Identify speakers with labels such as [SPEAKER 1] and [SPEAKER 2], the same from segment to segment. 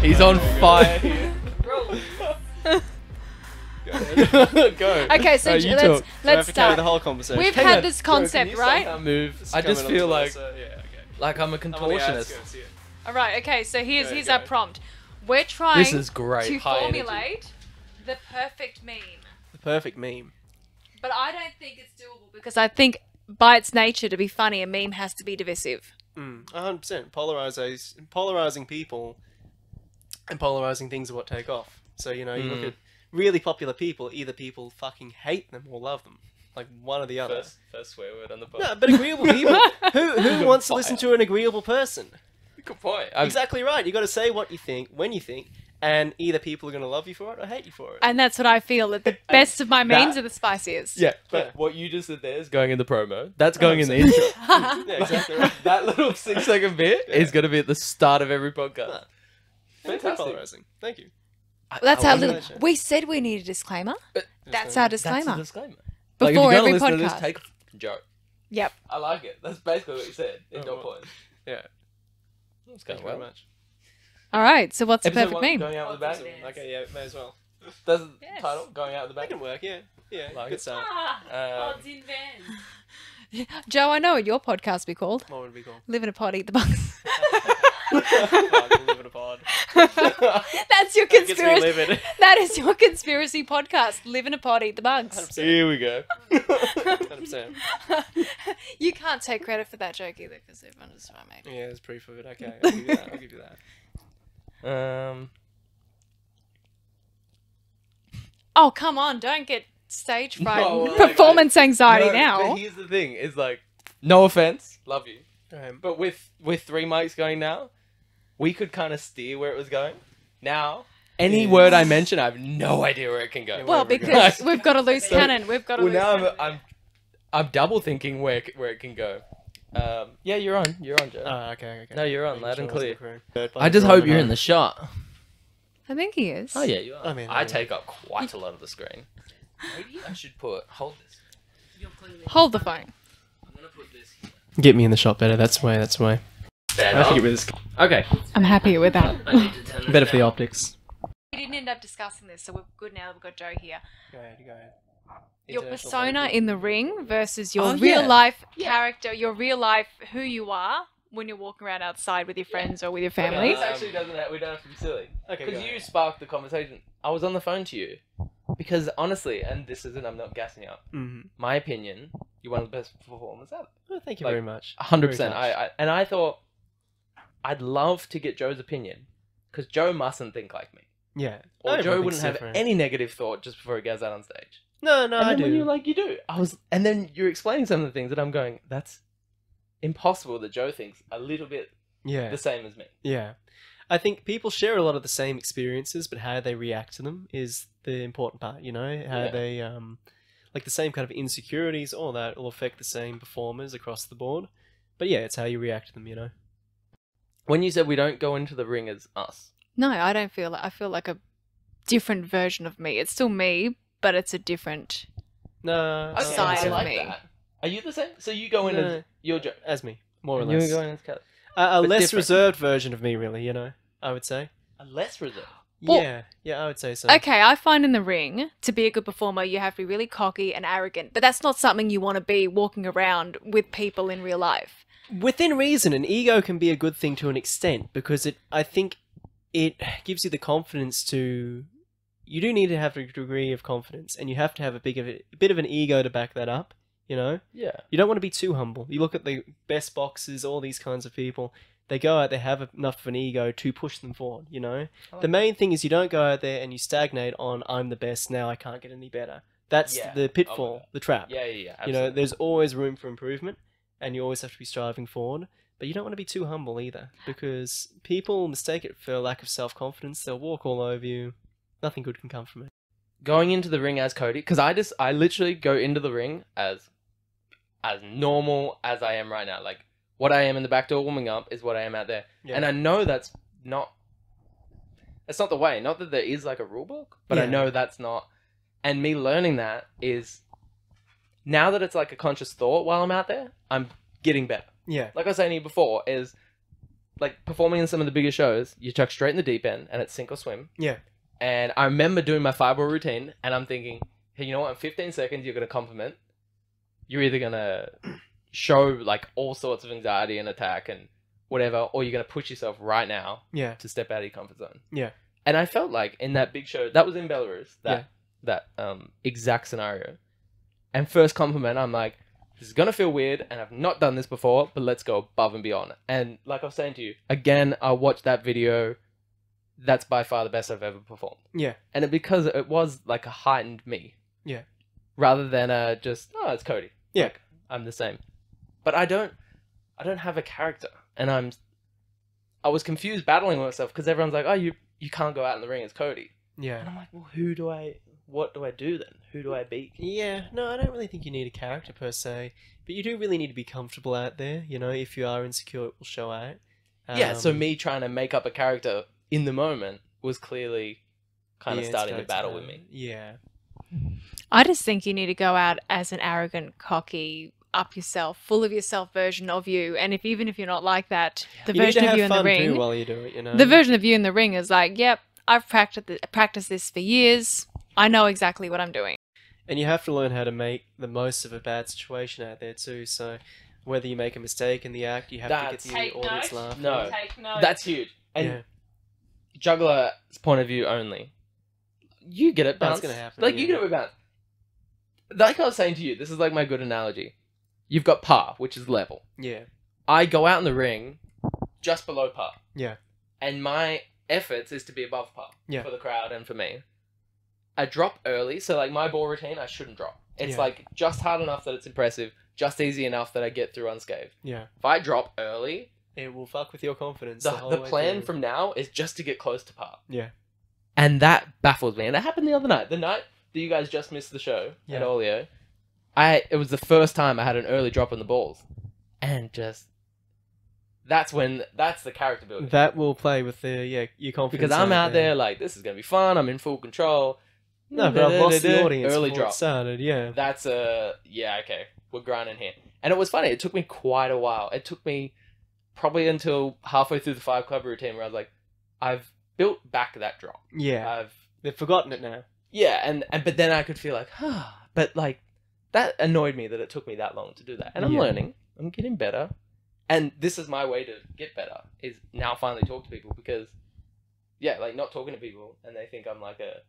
[SPEAKER 1] He's on fire here.
[SPEAKER 2] Go.
[SPEAKER 3] Okay, so
[SPEAKER 1] Uh,
[SPEAKER 3] j-
[SPEAKER 1] you talk.
[SPEAKER 2] So
[SPEAKER 3] let's
[SPEAKER 2] I have to
[SPEAKER 3] let's
[SPEAKER 2] carry the
[SPEAKER 3] start.
[SPEAKER 2] whole conversation.
[SPEAKER 3] We've
[SPEAKER 1] Hang
[SPEAKER 3] had
[SPEAKER 1] on.
[SPEAKER 3] this concept, right?
[SPEAKER 1] Move.
[SPEAKER 2] It's
[SPEAKER 1] I just
[SPEAKER 2] coming up
[SPEAKER 1] feel
[SPEAKER 2] to
[SPEAKER 1] like
[SPEAKER 2] us, uh, yeah, okay.
[SPEAKER 1] like I'm a
[SPEAKER 2] I'm on the outskirts,
[SPEAKER 1] contortionist.
[SPEAKER 2] yeah.
[SPEAKER 3] All right. Okay. So here's
[SPEAKER 2] Go,
[SPEAKER 3] here's
[SPEAKER 2] go.
[SPEAKER 3] our prompt. We're trying
[SPEAKER 1] This is great.
[SPEAKER 3] to
[SPEAKER 1] High energy.
[SPEAKER 3] formulate the perfect meme,
[SPEAKER 2] The perfect meme.
[SPEAKER 3] but I don't think it's doable because I think by its nature to be funny, a meme has to be divisive.
[SPEAKER 2] Mm, 100%. Polarization, polarizing people and polarizing things are what take off. So, you know, you
[SPEAKER 1] Mm.
[SPEAKER 2] look at really popular people, either people fucking hate them or love them. Like one or the other.
[SPEAKER 4] First, first swear word on the podcast.
[SPEAKER 2] No, but agreeable people. who who wants to listen to an agreeable person?
[SPEAKER 4] Good point. I'm,
[SPEAKER 2] Exactly right. You got to say what you think when you think, and either people are going to love you for it or hate you for it.
[SPEAKER 3] And that's what I feel that the best of my memes are the spiciest.
[SPEAKER 1] Yeah, but
[SPEAKER 2] Yeah.
[SPEAKER 4] what you just did there is going in the promo. That's
[SPEAKER 1] that's going in the
[SPEAKER 2] Hundred
[SPEAKER 1] intro.
[SPEAKER 2] yeah, exactly right.
[SPEAKER 4] that little six second bit is going to be at the start of every podcast.
[SPEAKER 2] No. Very
[SPEAKER 4] Fantastic.
[SPEAKER 2] polarizing. Thank you.
[SPEAKER 1] I-
[SPEAKER 3] That's
[SPEAKER 1] I
[SPEAKER 3] our
[SPEAKER 1] wonder-
[SPEAKER 3] little. We said we need a disclaimer. That's our
[SPEAKER 1] That's a
[SPEAKER 3] disclaimer
[SPEAKER 1] disclaimer. Like, if
[SPEAKER 3] before
[SPEAKER 1] you're gonna
[SPEAKER 3] every
[SPEAKER 1] listen to this,
[SPEAKER 3] podcast.
[SPEAKER 1] take a joke.
[SPEAKER 3] Yep.
[SPEAKER 4] I like it. That's basically what you said. In
[SPEAKER 2] Oh,
[SPEAKER 4] your
[SPEAKER 2] well.
[SPEAKER 4] point.
[SPEAKER 2] Yeah.
[SPEAKER 4] That's
[SPEAKER 2] Thank
[SPEAKER 4] going
[SPEAKER 2] you very
[SPEAKER 4] well.
[SPEAKER 2] much.
[SPEAKER 3] All right. So what's the
[SPEAKER 4] Episode
[SPEAKER 3] perfect
[SPEAKER 4] one,
[SPEAKER 3] meme?
[SPEAKER 4] Going out with the
[SPEAKER 3] What's
[SPEAKER 4] back.
[SPEAKER 3] the Yes.
[SPEAKER 2] Okay, yeah, may as well.
[SPEAKER 4] That's the
[SPEAKER 3] Yes.
[SPEAKER 4] title. Going out with the back.
[SPEAKER 2] That can work. Yeah, yeah.
[SPEAKER 4] Like
[SPEAKER 2] good
[SPEAKER 4] it.
[SPEAKER 3] Ah.
[SPEAKER 2] start.
[SPEAKER 4] Um,
[SPEAKER 3] Joe, I know what your podcast be called.
[SPEAKER 2] What would it be called?
[SPEAKER 3] Live in a pod, eat the bugs.
[SPEAKER 2] Oh, we'll leave it apart.
[SPEAKER 3] That's your
[SPEAKER 2] That gets me
[SPEAKER 3] conspiracy.
[SPEAKER 2] livid.
[SPEAKER 3] That is your conspiracy podcast. Live in a pod, eat the bugs.
[SPEAKER 2] 100%.
[SPEAKER 4] we go.
[SPEAKER 2] 100%.
[SPEAKER 3] you can't take credit for that joke either, because everyone was trying mate.
[SPEAKER 2] Yeah, there's proof of it. Okay, I'll give you that. I'll give you that.
[SPEAKER 4] Um,
[SPEAKER 3] Oh, come on! Don't get stage fright,
[SPEAKER 4] No,
[SPEAKER 3] and
[SPEAKER 4] like,
[SPEAKER 3] performance anxiety
[SPEAKER 4] no,
[SPEAKER 3] now.
[SPEAKER 4] But here's the thing: is like, no offense, love you,
[SPEAKER 2] Um,
[SPEAKER 4] but with with three mics going now, we could kind of steer where it was going. Now, any
[SPEAKER 2] Yes.
[SPEAKER 4] word I mention, I have no idea where it can go.
[SPEAKER 2] Yeah,
[SPEAKER 3] well,
[SPEAKER 2] wherever it
[SPEAKER 3] because
[SPEAKER 4] goes.
[SPEAKER 3] we've got a loose
[SPEAKER 4] So-
[SPEAKER 3] cannon. We've got a
[SPEAKER 4] Well,
[SPEAKER 3] loose
[SPEAKER 4] now I'm,
[SPEAKER 3] cannon.
[SPEAKER 4] I'm I'm double thinking where it- where it can go. Um, yeah, you're on. You're on, Joe.
[SPEAKER 2] Ah, okay, okay.
[SPEAKER 4] no, you're on,
[SPEAKER 2] Making
[SPEAKER 4] loud
[SPEAKER 2] sure
[SPEAKER 4] and
[SPEAKER 2] it wasn't
[SPEAKER 4] clear.
[SPEAKER 2] recurring.
[SPEAKER 4] I just hope you're in the shot.
[SPEAKER 3] I think he is.
[SPEAKER 4] Oh yeah, you are.
[SPEAKER 2] I mean, I
[SPEAKER 4] I
[SPEAKER 2] mean-
[SPEAKER 4] take up quite a lot of the screen. Maybe I should put hold this.
[SPEAKER 3] Hold the phone.
[SPEAKER 4] I'm gonna put this.
[SPEAKER 2] Get me in the shot better. That's the way. That's the way. I think it was
[SPEAKER 4] Okay.
[SPEAKER 3] I'm happier with that.
[SPEAKER 4] I need to turn this
[SPEAKER 2] better for the
[SPEAKER 4] down.
[SPEAKER 2] optics.
[SPEAKER 3] We didn't end up discussing this, so we're good now. We've got Joe here.
[SPEAKER 2] Go ahead. Go ahead.
[SPEAKER 3] Your persona in the ring versus your
[SPEAKER 4] Oh,
[SPEAKER 3] real
[SPEAKER 4] yeah.
[SPEAKER 3] life character, your real life who you are when you're walking around outside with your friends or with your family.
[SPEAKER 4] This actually doesn't. Have, we don't have to be silly.
[SPEAKER 2] Okay, go
[SPEAKER 4] Because you
[SPEAKER 2] ahead.
[SPEAKER 4] sparked the conversation. I was on the phone to you. Because honestly, and this isn't. I'm not gassing up.
[SPEAKER 2] Mhm.
[SPEAKER 4] My opinion. You're one of the best performers ever.
[SPEAKER 2] Well, Oh, thank you
[SPEAKER 4] Like, uh,
[SPEAKER 2] very much.
[SPEAKER 4] hundred
[SPEAKER 2] Very
[SPEAKER 4] percent.
[SPEAKER 2] much.
[SPEAKER 4] I, I and I thought I'd love to get Joe's opinion because Joe mustn't think like me, or
[SPEAKER 2] Yeah. No,
[SPEAKER 4] Joe
[SPEAKER 2] everything's
[SPEAKER 4] wouldn't have
[SPEAKER 2] different.
[SPEAKER 4] any negative thought just before he goes out on stage.
[SPEAKER 2] No, no,
[SPEAKER 4] and
[SPEAKER 2] I
[SPEAKER 4] then
[SPEAKER 2] do.
[SPEAKER 4] When you're like, you do. I was, and then you're explaining some of the things that I'm going. That's impossible that Joe thinks a little bit
[SPEAKER 2] yeah.
[SPEAKER 4] the same as me.
[SPEAKER 2] Yeah. I think people share a lot of the same experiences, but how they react to them is the important part, you know? How
[SPEAKER 4] Yeah.
[SPEAKER 2] they, um, like the same kind of insecurities, all that will affect the same performers across the board. But yeah, it's how you react to them, you know?
[SPEAKER 4] When you said we don't go into the ring as us,
[SPEAKER 3] No, I don't feel like I feel like a different version of me. It's still me, but it's a different.
[SPEAKER 2] No.
[SPEAKER 3] Okay, Side
[SPEAKER 2] as,
[SPEAKER 3] of me.
[SPEAKER 4] that. Are you the same? So you go in
[SPEAKER 2] No.
[SPEAKER 4] as your Joe,
[SPEAKER 2] as me, more or
[SPEAKER 4] and you're
[SPEAKER 2] less.
[SPEAKER 4] going as Kelly.
[SPEAKER 2] a a
[SPEAKER 4] but
[SPEAKER 2] less
[SPEAKER 4] different.
[SPEAKER 2] reserved version of me, really, you know? I would say.
[SPEAKER 4] A less reserved.
[SPEAKER 3] Well-
[SPEAKER 2] yeah. Yeah, I would say so.
[SPEAKER 3] Okay, I find in the ring to be a good performer, you have to be really cocky and arrogant, but that's not something you want to be walking around with people in real life.
[SPEAKER 2] within reason an ego can be a good thing to an extent because it i think it gives you the confidence to you do need to have a degree of confidence and you have to have a big of a, a bit of an ego to back that up you know
[SPEAKER 4] Yeah.
[SPEAKER 2] you don't want to be too humble you look at the best boxers all these kinds of people they go out they have enough of an ego to push them forward you know
[SPEAKER 4] I like
[SPEAKER 2] the
[SPEAKER 4] that.
[SPEAKER 2] main thing is you don't go out there and you stagnate on i'm the best now i can't get any better that's
[SPEAKER 4] Yeah,
[SPEAKER 2] the pitfall the trap
[SPEAKER 4] Yeah, yeah, yeah.
[SPEAKER 2] you know,
[SPEAKER 4] absolutely.
[SPEAKER 2] there's always room for improvement, and you always have to be striving forward. But you don't want to be too humble either, because people mistake it for a lack of self confidence. They'll walk all over you. Nothing good can come from it.
[SPEAKER 4] going into the ring as Cody because I just I literally go into the ring as as normal as I am right now. Like what I am in the back door warming up is what I am out there,
[SPEAKER 2] Yeah.
[SPEAKER 4] and I know that's not that's not the way. Not that there is like a rule book, but I
[SPEAKER 2] Yeah.
[SPEAKER 4] know that's not. And me learning that is now that it's like a conscious thought while I'm out there, I'm getting better
[SPEAKER 2] yeah,
[SPEAKER 4] like I was saying to you before, is like performing in some of the bigger shows, you chuck straight in the deep end and it's sink or swim.
[SPEAKER 2] Yeah.
[SPEAKER 4] And I remember doing my five ball routine and I'm thinking, hey, you know what? In 15 seconds, you're going to compliment. You're either going to show like all sorts of anxiety and attack and whatever, or you're going to push yourself right now
[SPEAKER 2] Yeah.
[SPEAKER 4] to step out of your comfort zone.
[SPEAKER 2] Yeah.
[SPEAKER 4] And I felt like in that big show, that was in Belarus,
[SPEAKER 2] Yeah.
[SPEAKER 4] that that um exact scenario. And first compliment, I'm like, this is gonna feel weird, and I've not done this before, but let's go above and beyond. And like I was saying to you, again, I watched that video. That's by far the best I've ever performed.
[SPEAKER 2] Yeah.
[SPEAKER 4] And it because it was like a heightened me.
[SPEAKER 2] Yeah.
[SPEAKER 4] Rather than a just oh it's Cody.
[SPEAKER 2] Yeah.
[SPEAKER 4] Like, I'm the same. But I don't I don't have a character, and I'm I was confused battling with myself because everyone's like, "Oh, you you can't go out in the ring as Cody," and
[SPEAKER 2] Yeah.
[SPEAKER 4] I'm like, "Well, who do I? What do I do then? Who do I be?"
[SPEAKER 2] Yeah. No, I don't really think you need a character per se, but you do really need to be comfortable out there. You know, if you are insecure, it will show out.
[SPEAKER 4] yeah, so
[SPEAKER 2] Um,
[SPEAKER 4] me trying to make up a character in the moment was clearly kind of
[SPEAKER 2] yeah, it's
[SPEAKER 4] starting to
[SPEAKER 2] character
[SPEAKER 4] battle with me.
[SPEAKER 2] development. Yeah.
[SPEAKER 3] I just think you need to go out as an arrogant, cocky, up yourself, full of yourself version of you. And if even if you're not like that, the
[SPEAKER 2] you need to
[SPEAKER 3] version of
[SPEAKER 2] have
[SPEAKER 3] you in the
[SPEAKER 2] fun
[SPEAKER 3] ring,
[SPEAKER 2] too while you do it. You know.
[SPEAKER 3] the version of you in the ring is like, yep, I've practiced practiced this for years. I know exactly what I'm doing.
[SPEAKER 2] And you have to learn how to make the most of a bad situation out there too. So whether you make a mistake in the act, you have
[SPEAKER 4] That's-
[SPEAKER 2] to get the
[SPEAKER 5] Take
[SPEAKER 2] audience
[SPEAKER 5] notes.
[SPEAKER 2] laughing.
[SPEAKER 4] No,
[SPEAKER 5] Take notes.
[SPEAKER 4] that's huge. And
[SPEAKER 2] yeah,
[SPEAKER 4] juggler's point of view only. You get it,
[SPEAKER 2] That's
[SPEAKER 4] bounce.
[SPEAKER 2] gonna happen,
[SPEAKER 4] Like
[SPEAKER 2] yeah.
[SPEAKER 4] you get it with bounce. Like I was saying to you, this is like my good analogy. You've got par, which is level.
[SPEAKER 2] yeah,
[SPEAKER 4] I go out in the ring just below par.
[SPEAKER 2] Yeah.
[SPEAKER 4] And my efforts is to be above par
[SPEAKER 2] Yeah.
[SPEAKER 4] for the crowd and for me. I drop early, so like my ball routine, I shouldn't drop. It's
[SPEAKER 2] Yeah.
[SPEAKER 4] like just hard enough that it's impressive, just easy enough that I get through unscathed.
[SPEAKER 2] yeah.
[SPEAKER 4] If I drop early,
[SPEAKER 2] It will fuck with your confidence.
[SPEAKER 4] the,
[SPEAKER 2] whole
[SPEAKER 4] the
[SPEAKER 2] way
[SPEAKER 4] plan
[SPEAKER 2] through.
[SPEAKER 4] from now is just to get close to par.
[SPEAKER 2] Yeah.
[SPEAKER 4] And that baffles me. And it happened the other night. The night that you guys just missed the show
[SPEAKER 2] Yeah.
[SPEAKER 4] at Olio, I it was the first time I had an early drop on the balls. And just that's when that's the character building.
[SPEAKER 2] that will play with the yeah your confidence
[SPEAKER 4] because I'm out there like this is gonna be fun, I'm in full control.
[SPEAKER 2] No, but I've lost the
[SPEAKER 4] Da-da-da-da-da.
[SPEAKER 2] audience.
[SPEAKER 4] Early
[SPEAKER 2] before it
[SPEAKER 4] drop.
[SPEAKER 2] started. Yeah,
[SPEAKER 4] That's a yeah, okay. We're grinding here. And it was funny, it took me quite a while. It took me probably until halfway through the five club routine where I was like, I've built back that drop.
[SPEAKER 2] yeah.
[SPEAKER 4] I've
[SPEAKER 2] They've forgotten it now.
[SPEAKER 4] yeah and, and but then i could feel like huh but like that annoyed me that it took me that long to do that and i'm
[SPEAKER 2] Yeah.
[SPEAKER 4] learning i'm getting better and this is my way to get better is now finally talk to people because yeah like not talking to people and they think i'm like a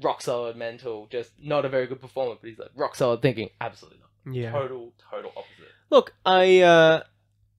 [SPEAKER 4] rock solid mental just not a very good performer but he's like rock solid thinking absolutely not
[SPEAKER 2] Yeah.
[SPEAKER 4] total total opposite
[SPEAKER 2] Look, I uh,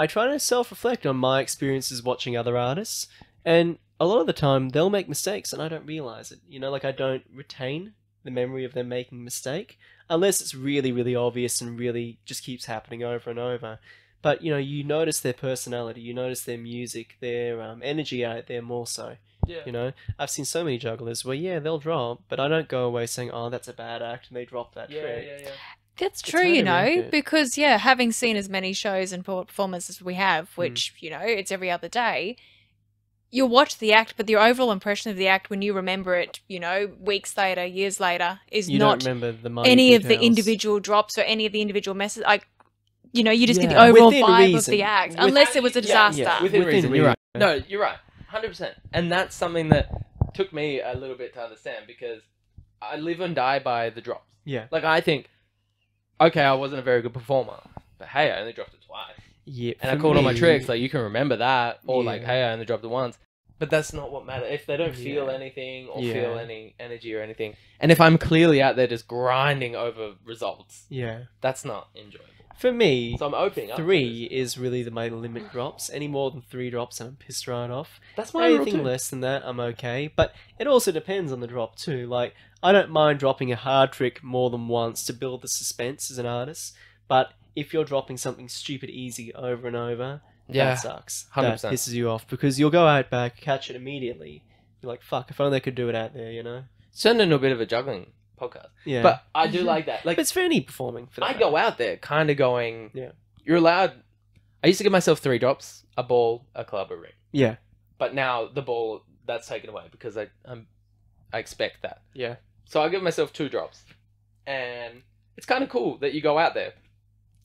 [SPEAKER 2] I try to self-reflect on my experiences watching other artists, and a lot of the time they'll make mistakes and I don't realize it. You know, like I don't retain the memory of them making a mistake unless it's really, really obvious and really just keeps happening over and over. But you know, you notice their personality, you notice their music, their um, energy out there more so.
[SPEAKER 4] yeah
[SPEAKER 2] You know, I've seen so many jugglers where yeah they'll drop, but I don't go away saying oh that's a bad act and they drop that
[SPEAKER 4] yeah
[SPEAKER 2] trick.
[SPEAKER 4] yeah yeah
[SPEAKER 3] That's
[SPEAKER 2] It's
[SPEAKER 3] true, you know,
[SPEAKER 2] hard to make it.
[SPEAKER 3] because yeah, having seen as many shows and per- performances we have,
[SPEAKER 2] Hmm.
[SPEAKER 3] which you know, it's every other day. You'll watch the act, but the overall impression of the act when you remember it, you know, weeks later, years later, is
[SPEAKER 2] You
[SPEAKER 3] not
[SPEAKER 2] don't remember the minor
[SPEAKER 3] any of the
[SPEAKER 2] details.
[SPEAKER 3] individual drops or any of the individual messages. Like, you know, you just get the
[SPEAKER 2] Yeah.
[SPEAKER 3] overall
[SPEAKER 2] Within
[SPEAKER 3] vibe of
[SPEAKER 2] reason.
[SPEAKER 3] the act,
[SPEAKER 2] With-
[SPEAKER 3] unless it was a
[SPEAKER 4] Yeah,
[SPEAKER 3] disaster.
[SPEAKER 4] yeah.
[SPEAKER 2] Yeah,
[SPEAKER 4] Within reason, you're
[SPEAKER 2] right.
[SPEAKER 4] No, you're right. 100%. And that's something that took me a little bit to understand because I live and die by the drops.
[SPEAKER 2] Yeah.
[SPEAKER 4] Like, I think, okay, I wasn't a very good performer, but hey, I only dropped it twice.
[SPEAKER 2] Yeah,
[SPEAKER 4] And I
[SPEAKER 2] for
[SPEAKER 4] called all my
[SPEAKER 2] me-
[SPEAKER 4] tricks. Like, you can remember that. Or, like,
[SPEAKER 2] Yeah.
[SPEAKER 4] hey, I only dropped it once. But that's not what matters. If they don't feel
[SPEAKER 2] Yeah.
[SPEAKER 4] anything or
[SPEAKER 2] Yeah.
[SPEAKER 4] feel any energy or anything, and if I'm clearly out there just grinding over results,
[SPEAKER 2] Yeah.
[SPEAKER 4] that's not enjoyable.
[SPEAKER 2] For me,
[SPEAKER 4] So I'm opening up. to
[SPEAKER 2] three is really the, my limit drops. Any more than three drops, I'm pissed right off.
[SPEAKER 4] this. That's my rule
[SPEAKER 2] Anything
[SPEAKER 4] too.
[SPEAKER 2] less than that, I'm okay. But it also depends on the drop, too. Like, I don't mind dropping a hard trick more than once to build the suspense as an artist. But if you're dropping something stupid easy over and over, that
[SPEAKER 4] Yeah.
[SPEAKER 2] sucks. That
[SPEAKER 4] 100%.
[SPEAKER 2] pisses you off because you'll go out back, catch it immediately. You're like, fuck, if only I could do it out there, you know?
[SPEAKER 4] It's turned into a bit of a juggling podcast.
[SPEAKER 2] Yeah.
[SPEAKER 4] But I do like that.
[SPEAKER 2] But
[SPEAKER 4] Like
[SPEAKER 2] it's for any performing for that.
[SPEAKER 4] I go out there kind of going,
[SPEAKER 2] Yeah.
[SPEAKER 4] You're allowed. I used to give myself three drops: a ball, a club, a ring.
[SPEAKER 2] Yeah.
[SPEAKER 4] But now the ball that's taken away because I I'm, I expect that.
[SPEAKER 2] Yeah.
[SPEAKER 4] So I give myself two drops, and it's kind of cool that you go out there,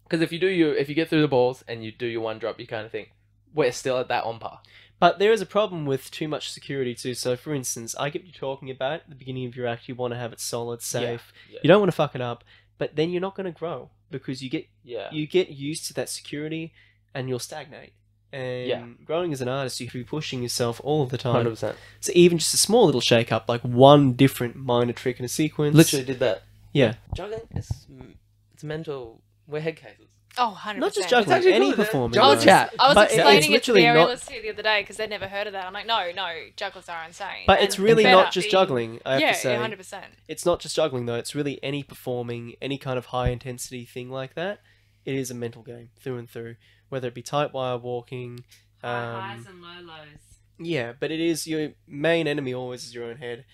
[SPEAKER 4] because if you do you if you get through the balls and you do your one drop, you kind of think, we're still at that on par.
[SPEAKER 2] But there is a problem with too much security too. So, for instance, I get what you're talking about at the beginning of your act. You want to have it solid, safe.
[SPEAKER 4] Yeah.
[SPEAKER 2] You don't want to fuck it up, but then you're not going to grow because you get
[SPEAKER 4] Yeah.
[SPEAKER 2] you get used to that security, and you'll stagnate. And
[SPEAKER 4] Yeah.
[SPEAKER 2] growing as an artist, you have to be pushing yourself all of the time.
[SPEAKER 4] Hundred percent.
[SPEAKER 2] So even just a small little shake up, like one different minor trick in a sequence,
[SPEAKER 4] Literally did that.
[SPEAKER 2] Yeah.
[SPEAKER 4] Juggling is m- it's mental. We're head cases.
[SPEAKER 3] Oh, 100%.
[SPEAKER 2] not just
[SPEAKER 4] It's
[SPEAKER 2] juggling,
[SPEAKER 4] actually
[SPEAKER 2] any
[SPEAKER 4] cool, isn't it?
[SPEAKER 2] performance.
[SPEAKER 4] Juggle
[SPEAKER 2] right?
[SPEAKER 4] chat.
[SPEAKER 3] I was
[SPEAKER 2] But it's
[SPEAKER 3] explaining it to
[SPEAKER 2] literally
[SPEAKER 3] Mary
[SPEAKER 2] not-
[SPEAKER 3] Lissou the other day because they'd never heard of that. I'm like, no, no, jugglers are insane.
[SPEAKER 2] But
[SPEAKER 3] And
[SPEAKER 2] it's really
[SPEAKER 3] better
[SPEAKER 2] not just
[SPEAKER 3] be-
[SPEAKER 2] juggling. I have
[SPEAKER 3] yeah,
[SPEAKER 2] to say,
[SPEAKER 3] 100%.
[SPEAKER 2] it's not just juggling though. It's really any performing, any kind of high intensity thing like that. It is a mental game through and through. Whether it be tight wire walking,
[SPEAKER 5] High highs
[SPEAKER 2] um,
[SPEAKER 5] and low lows.
[SPEAKER 2] yeah, but it is your main enemy always is your own head.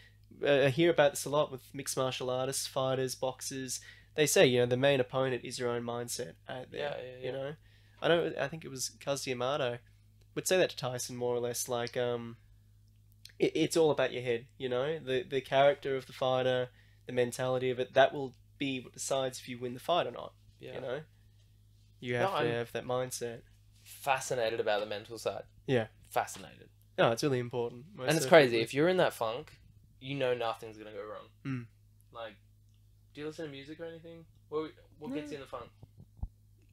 [SPEAKER 2] Uh, I hear about this a lot with mixed martial artists, fighters, boxers. They say you know the main opponent is your own mindset out there. You know, I don't. I think it was Cuz Yamato would say that to Tyson more or less. Like, um, it, it's all about your head. You know, the the character of the fighter, the mentality of it. That will be what decides if you win the fight or not.
[SPEAKER 4] Yeah.
[SPEAKER 2] You know, you
[SPEAKER 4] No,
[SPEAKER 2] have to
[SPEAKER 4] I'm-
[SPEAKER 2] have that mindset.
[SPEAKER 4] Fascinated about the mental side.
[SPEAKER 2] Yeah.
[SPEAKER 4] Fascinated.
[SPEAKER 2] No, it's really important. most
[SPEAKER 4] and it's
[SPEAKER 2] definitely.
[SPEAKER 4] crazy. If you're in that funk, you know nothing's gonna go wrong.
[SPEAKER 2] Mm.
[SPEAKER 4] Like, do you listen to music or anything? What what gets you in the funk?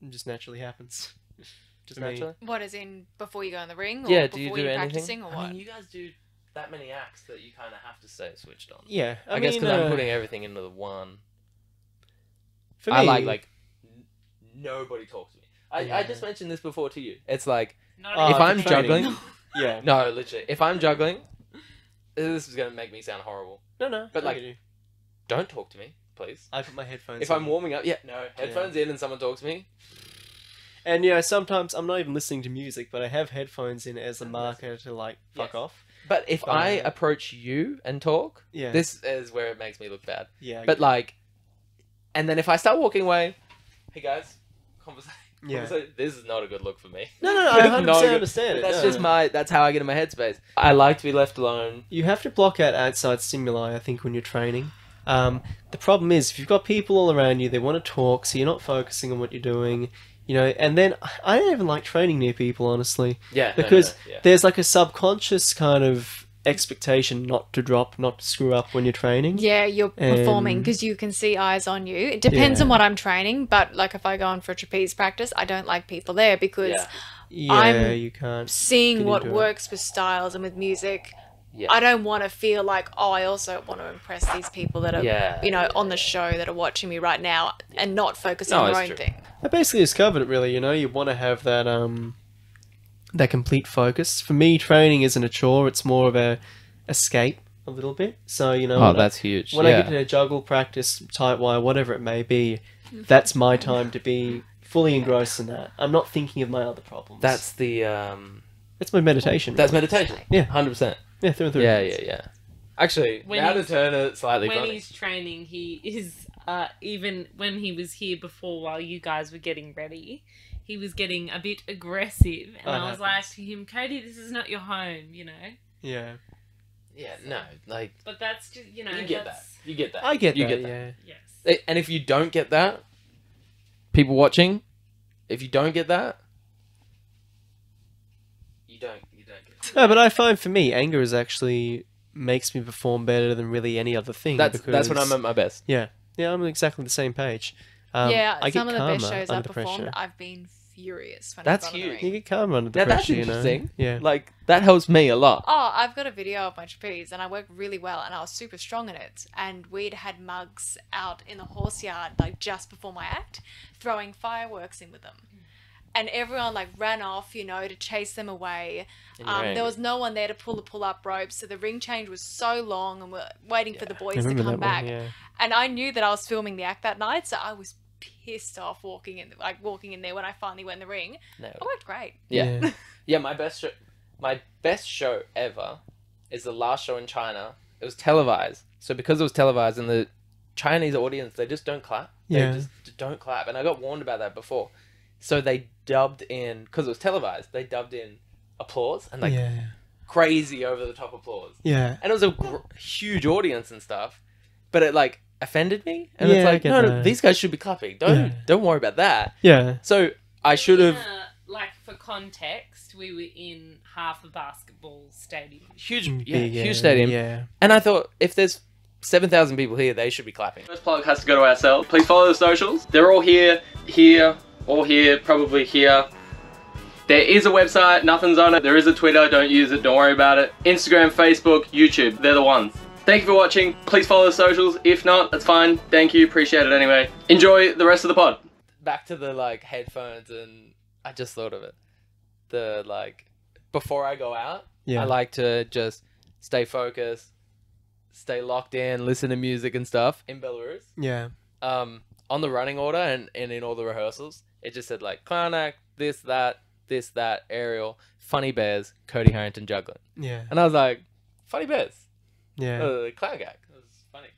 [SPEAKER 2] It just naturally happens.
[SPEAKER 4] Just
[SPEAKER 2] I mean,
[SPEAKER 4] naturally.
[SPEAKER 3] What is in before you go in the ring? Or
[SPEAKER 4] Yeah.
[SPEAKER 3] Before
[SPEAKER 4] Do you do
[SPEAKER 3] are
[SPEAKER 4] anything?
[SPEAKER 3] practicing or what?
[SPEAKER 4] I mean, you guys do that many acts that you kind of have to stay switched on.
[SPEAKER 2] Yeah, I,
[SPEAKER 4] I, guess
[SPEAKER 2] mean,
[SPEAKER 4] because
[SPEAKER 2] uh,
[SPEAKER 4] I'm putting everything into the one.
[SPEAKER 2] for
[SPEAKER 4] I like
[SPEAKER 2] me-
[SPEAKER 4] like n- nobody talks to me. I, I
[SPEAKER 2] Yeah.
[SPEAKER 4] just mentioned this before to you. It's like
[SPEAKER 5] Not
[SPEAKER 2] Oh,
[SPEAKER 5] even
[SPEAKER 4] if I'm
[SPEAKER 5] training.
[SPEAKER 4] juggling,
[SPEAKER 2] yeah,
[SPEAKER 4] no, literally, if I'm juggling, this is gonna make me sound horrible.
[SPEAKER 2] no, no,
[SPEAKER 4] But,
[SPEAKER 2] I
[SPEAKER 4] like,
[SPEAKER 2] get you.
[SPEAKER 4] Don't talk to me, please.
[SPEAKER 2] I put my headphones.
[SPEAKER 4] If I'm
[SPEAKER 2] on.
[SPEAKER 4] warming up, yeah, no headphones in, and someone talks to me.
[SPEAKER 2] And you know, sometimes I'm not even listening to music, but I have headphones in as a
[SPEAKER 4] Yes.
[SPEAKER 2] marker to like
[SPEAKER 4] Yes.
[SPEAKER 2] fuck off.
[SPEAKER 4] But if I
[SPEAKER 2] Fine.
[SPEAKER 4] approach you and talk,
[SPEAKER 2] Yeah,
[SPEAKER 4] this is where it makes me look bad.
[SPEAKER 2] yeah, I
[SPEAKER 4] But like, and then if I start walking away, hey guys, conversation.
[SPEAKER 2] get- yeah.
[SPEAKER 4] This is not a good look for me.
[SPEAKER 2] No, no, no, I 100%
[SPEAKER 4] No, good.
[SPEAKER 2] understand it.
[SPEAKER 4] That's
[SPEAKER 2] no.
[SPEAKER 4] just my. That's how I get in my headspace. I like to be left alone.
[SPEAKER 2] You have to block out outside stimuli, I think, when you're training. Um, the problem is, if you've got people all around you, they want to talk, so you're not focusing on what you're doing, you know. And then I don't even like training near people, honestly.
[SPEAKER 4] Yeah,
[SPEAKER 2] no, no, Because- There's like a subconscious kind of expectation not to drop, not to screw up when you're training.
[SPEAKER 3] Yeah, you're
[SPEAKER 2] Um,
[SPEAKER 3] performing because you can see eyes on you. It depends on
[SPEAKER 2] Yeah.
[SPEAKER 3] what I'm training, but like if I go on for a trapeze practice, I don't like people there because
[SPEAKER 4] Yeah.
[SPEAKER 2] Yeah,
[SPEAKER 3] I'm-
[SPEAKER 2] you can't.
[SPEAKER 3] seeing
[SPEAKER 2] Get
[SPEAKER 3] what
[SPEAKER 2] into it.
[SPEAKER 3] works with styles and with music,
[SPEAKER 4] Yeah.
[SPEAKER 3] I don't want to feel like, oh, I also want to impress these people that are,
[SPEAKER 4] yeah,
[SPEAKER 3] you know,
[SPEAKER 4] yeah,
[SPEAKER 3] on the
[SPEAKER 4] yeah.
[SPEAKER 3] show that are watching me right now and not focus
[SPEAKER 4] No,
[SPEAKER 3] on their
[SPEAKER 4] it's
[SPEAKER 3] own
[SPEAKER 4] true.
[SPEAKER 3] thing.
[SPEAKER 2] I basically discovered it really, you know, you want to have that um that complete focus. For me, training isn't a chore, it's more of a escape a little bit. So, you know,
[SPEAKER 4] Oh,
[SPEAKER 2] when I-
[SPEAKER 4] that's huge.
[SPEAKER 2] when I
[SPEAKER 4] yeah.
[SPEAKER 2] get in a juggle practice, tight wire, whatever it may be, that's my time to be fully engrossed in that. I'm not thinking of my other problems.
[SPEAKER 4] that's the um,
[SPEAKER 2] that's my meditation.
[SPEAKER 4] that's meditation.
[SPEAKER 2] Yeah.
[SPEAKER 4] hundred percent.
[SPEAKER 2] yeah, through and through.
[SPEAKER 4] Yeah, yeah, yeah. Actually,
[SPEAKER 5] When
[SPEAKER 4] now to
[SPEAKER 5] he's-
[SPEAKER 4] turn it slightly
[SPEAKER 5] when
[SPEAKER 4] funny.
[SPEAKER 5] he's training, he is uh, even when he was here before, while you guys were getting ready, he was getting a bit aggressive, and
[SPEAKER 2] Oh, it
[SPEAKER 5] I was like to him, "Cody, this is not your home," you know.
[SPEAKER 2] Yeah.
[SPEAKER 4] Yeah, no, like
[SPEAKER 5] But that's just you know.
[SPEAKER 4] you get that.
[SPEAKER 5] that's-
[SPEAKER 4] You get that.
[SPEAKER 2] I get
[SPEAKER 4] you
[SPEAKER 2] that.
[SPEAKER 4] Get that.
[SPEAKER 2] Yeah.
[SPEAKER 5] Yes.
[SPEAKER 4] Eh, And if you don't get that, people watching, if you don't get that, you don't. You don't get.
[SPEAKER 2] No, but I find for me, anger is actually makes me perform better than really any other thing.
[SPEAKER 4] It. That's that's when
[SPEAKER 2] because-
[SPEAKER 4] I'm at my best.
[SPEAKER 2] Yeah, I'm on exactly the same page. Um,
[SPEAKER 3] yeah,
[SPEAKER 2] I
[SPEAKER 3] some
[SPEAKER 2] get
[SPEAKER 3] of the best
[SPEAKER 2] calmer
[SPEAKER 3] shows I've
[SPEAKER 2] under
[SPEAKER 3] performed,
[SPEAKER 2] pressure.
[SPEAKER 3] I've been furious when
[SPEAKER 4] That's
[SPEAKER 3] I've gone
[SPEAKER 4] huge.
[SPEAKER 3] in the
[SPEAKER 2] You
[SPEAKER 3] ring.
[SPEAKER 2] get calmer under the
[SPEAKER 4] Now, that's
[SPEAKER 2] pressure, you know.
[SPEAKER 4] interesting.
[SPEAKER 2] Yeah.
[SPEAKER 4] Like that helps me a lot.
[SPEAKER 3] Oh, I've got a video of my trapeze and I worked really well and I was super strong in it. And we'd had mugs out in the horse yard, like just before my act, throwing fireworks in with them. And everyone like ran off, you know, to chase them away.
[SPEAKER 4] And you're
[SPEAKER 3] Um,
[SPEAKER 4] angry.
[SPEAKER 3] there was no one there to pull the pull up rope. So the ring change was so long and we're waiting for the
[SPEAKER 2] I
[SPEAKER 3] boys to
[SPEAKER 2] remember
[SPEAKER 3] come
[SPEAKER 2] that
[SPEAKER 3] back.
[SPEAKER 2] one. Yeah.
[SPEAKER 3] And I knew that I was filming the act that night. So I was pissed off walking in, like walking in there when I finally went in the ring.
[SPEAKER 4] No.
[SPEAKER 3] It worked great.
[SPEAKER 4] Yeah. Yeah, my best show, my best show ever is the last show in China. It was televised, so because it was televised, and the Chinese audience they just don't clap.
[SPEAKER 2] Yeah.
[SPEAKER 4] They just d- don't clap, and I got warned about that before. So they dubbed in because it was televised. They dubbed in applause and like
[SPEAKER 2] yeah.
[SPEAKER 4] crazy over the top applause,
[SPEAKER 2] Yeah.
[SPEAKER 4] and it was a gr- huge audience and stuff. But it like offended me, and
[SPEAKER 2] Yeah,
[SPEAKER 4] it's
[SPEAKER 2] I
[SPEAKER 4] like
[SPEAKER 2] get
[SPEAKER 4] no, no,
[SPEAKER 2] that.
[SPEAKER 4] these guys should be clapping. Don't
[SPEAKER 2] Yeah.
[SPEAKER 4] don't worry about that.
[SPEAKER 2] Yeah.
[SPEAKER 4] So I should have.
[SPEAKER 5] In a, like for context, we were in half a basketball stadium.
[SPEAKER 4] Huge,
[SPEAKER 2] Mm,
[SPEAKER 4] yeah,
[SPEAKER 2] big,
[SPEAKER 4] huge stadium.
[SPEAKER 2] Yeah.
[SPEAKER 4] And I thought, if there's 7,000 people here, they should be clapping. First plug has to go to ourselves. Please follow the socials. They're all here, here, all here, probably here. There is a website, nothing's on it. There is a Twitter, don't use it, don't worry about it. Instagram, Facebook, YouTube, they're the ones. Thank you for watching. Please follow the socials. If not, that's fine. Thank you, appreciate it anyway. Enjoy the rest of the pod. Back to the like headphones, and I just thought of it. The like, before I go out,
[SPEAKER 2] Yeah.
[SPEAKER 4] I like to just stay focused, stay locked in, listen to music and stuff in Belarus.
[SPEAKER 2] yeah.
[SPEAKER 4] Um, on the running order and, and in all the rehearsals, it just said like Karnak, this, that, this, that, Ariel, Funny Bears, Cody Harrington juggling.
[SPEAKER 2] Yeah.
[SPEAKER 4] And I was like, Funny Bears,
[SPEAKER 2] Yeah.
[SPEAKER 4] uh, clown gag. It was funny.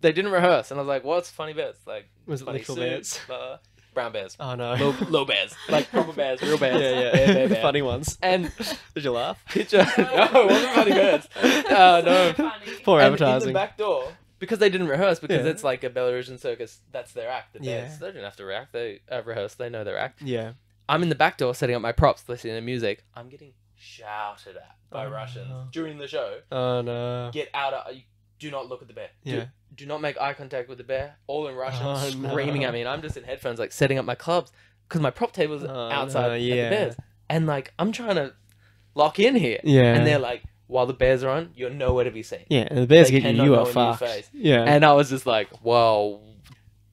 [SPEAKER 4] They didn't rehearse, and I was like, what's Funny Bears? Like,
[SPEAKER 2] Was it
[SPEAKER 4] funny
[SPEAKER 2] literal
[SPEAKER 4] suits,
[SPEAKER 2] bears?
[SPEAKER 4] blah, blah. Brown bears.
[SPEAKER 2] Oh no.
[SPEAKER 4] Low, low bears. Like proper bears, real bears. Bear,
[SPEAKER 2] Yeah, yeah.
[SPEAKER 4] bear, bear.
[SPEAKER 2] Funny ones.
[SPEAKER 4] And
[SPEAKER 2] Did you laugh?
[SPEAKER 4] picture. no, it wasn't Funny Bears. Uh, no.
[SPEAKER 5] Funny.
[SPEAKER 2] Poor
[SPEAKER 4] And
[SPEAKER 2] advertising.
[SPEAKER 4] in the back door because they didn't rehearse because
[SPEAKER 2] Yeah.
[SPEAKER 4] it's like a Belarusian circus. That's their act. that they-
[SPEAKER 2] Yeah.
[SPEAKER 4] so they didn't have to react. They uh, rehearse. They know their act.
[SPEAKER 2] yeah.
[SPEAKER 4] I'm in the back door setting up my props, listening to music. I'm getting shouted at by
[SPEAKER 2] Oh,
[SPEAKER 4] Russians
[SPEAKER 2] no.
[SPEAKER 4] during the show.
[SPEAKER 2] Oh no.
[SPEAKER 4] Get out of! you- Do not look at the bear. Do-
[SPEAKER 2] Yeah.
[SPEAKER 4] Do, not make eye contact with the bear. All in Russian,
[SPEAKER 2] Oh,
[SPEAKER 4] screaming
[SPEAKER 2] no.
[SPEAKER 4] at me, and I'm just in headphones, like setting up my clubs because my prop table is
[SPEAKER 2] Oh,
[SPEAKER 4] outside
[SPEAKER 2] no,
[SPEAKER 4] at
[SPEAKER 2] yeah.
[SPEAKER 4] the bears, and like I'm trying to lock in here,
[SPEAKER 2] Yeah.
[SPEAKER 4] and they're like, while the bears are on, you're nowhere to be seen.
[SPEAKER 2] yeah, and the bears
[SPEAKER 4] they
[SPEAKER 2] get you.
[SPEAKER 4] cannot
[SPEAKER 2] You
[SPEAKER 4] know
[SPEAKER 2] are
[SPEAKER 4] a new
[SPEAKER 2] fucked.
[SPEAKER 4] face.
[SPEAKER 2] Yeah.
[SPEAKER 4] And I was just like, whoa.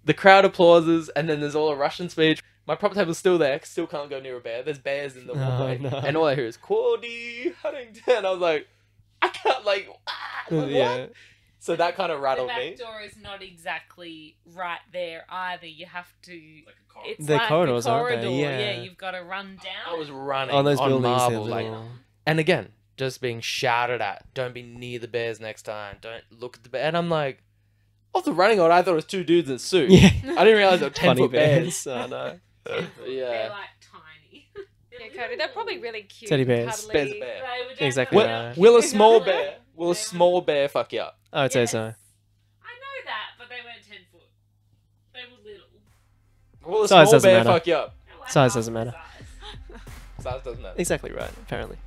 [SPEAKER 4] The crowd applauses, and then there's all a Russian speech. My prop table's still there, still can't go near a bear. There's bears in the
[SPEAKER 2] Oh,
[SPEAKER 4] walkway.
[SPEAKER 2] no.
[SPEAKER 4] And all I hear is, Cordy Huntington. I was like, I can't, like, ah, like, what?
[SPEAKER 2] yeah.
[SPEAKER 4] So that kind of
[SPEAKER 5] The
[SPEAKER 4] rattled me.
[SPEAKER 5] back door is not exactly right there either. You have to.
[SPEAKER 6] Like a car.
[SPEAKER 5] It's
[SPEAKER 2] They're
[SPEAKER 5] like
[SPEAKER 2] corridors,
[SPEAKER 5] the
[SPEAKER 2] aren't they?
[SPEAKER 5] corridor.
[SPEAKER 2] Yeah.
[SPEAKER 5] you've got to run down.
[SPEAKER 4] I was running
[SPEAKER 2] On
[SPEAKER 4] on,
[SPEAKER 2] Oh, those buildings, they're
[SPEAKER 4] marble. Like,
[SPEAKER 2] little-
[SPEAKER 4] and again, just being shouted at, don't be near the bears next time. Don't look at the bear. And I'm like, off the running order, I thought it was two dudes in suits.
[SPEAKER 2] Yeah.
[SPEAKER 4] I didn't realize they were 10
[SPEAKER 2] Funny
[SPEAKER 4] foot bears.
[SPEAKER 2] bears. Oh, I know.
[SPEAKER 5] They're
[SPEAKER 4] yeah.
[SPEAKER 5] like tiny.
[SPEAKER 3] Yeah, Cody, they're probably really cute.
[SPEAKER 2] Teddy
[SPEAKER 3] and
[SPEAKER 2] bears.
[SPEAKER 3] cuddly.
[SPEAKER 4] Bears are bear.
[SPEAKER 5] They were just
[SPEAKER 2] Exactly
[SPEAKER 5] like-
[SPEAKER 2] right.
[SPEAKER 4] Will a
[SPEAKER 5] They're
[SPEAKER 4] small
[SPEAKER 5] not-
[SPEAKER 4] bear? Will a
[SPEAKER 5] They're-
[SPEAKER 4] small bear fuck you up?
[SPEAKER 2] I would say
[SPEAKER 5] Yes.
[SPEAKER 2] Oh, so.
[SPEAKER 5] I know that, but they weren't ten foot. They were little.
[SPEAKER 4] Will a
[SPEAKER 2] Size
[SPEAKER 4] small
[SPEAKER 2] doesn't
[SPEAKER 4] bear
[SPEAKER 2] matter.
[SPEAKER 4] fuck you up?
[SPEAKER 5] They were like
[SPEAKER 2] Size
[SPEAKER 5] half
[SPEAKER 2] doesn't
[SPEAKER 5] the
[SPEAKER 2] matter.
[SPEAKER 5] size.
[SPEAKER 4] Size doesn't matter.
[SPEAKER 2] Exactly right. Apparently.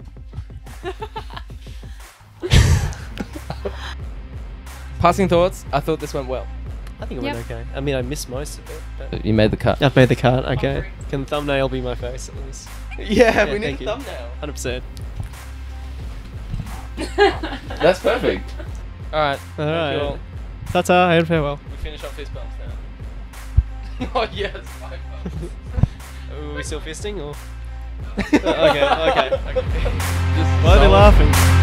[SPEAKER 4] Passing thoughts. I thought this went well.
[SPEAKER 2] I think it went okay. I mean, I missed most of it. But
[SPEAKER 4] You made the cut.
[SPEAKER 2] I've made the cut. Okay.
[SPEAKER 5] Offering.
[SPEAKER 2] Can the thumbnail be my face at least?
[SPEAKER 4] Yeah,
[SPEAKER 2] Yeah,
[SPEAKER 4] we
[SPEAKER 2] thank
[SPEAKER 4] need a
[SPEAKER 2] you.
[SPEAKER 4] thumbnail.
[SPEAKER 2] Hundred percent.
[SPEAKER 4] That's perfect. All right.
[SPEAKER 2] All
[SPEAKER 4] Thank you
[SPEAKER 2] right.
[SPEAKER 4] all.
[SPEAKER 2] Ta-ta and farewell.
[SPEAKER 4] We finish our fist bumps now. oh yes, five bumps.
[SPEAKER 2] Are we still fisting or?
[SPEAKER 4] okay,
[SPEAKER 2] okay, okay.
[SPEAKER 4] okay. Just
[SPEAKER 2] Why are they
[SPEAKER 4] solid.
[SPEAKER 2] laughing?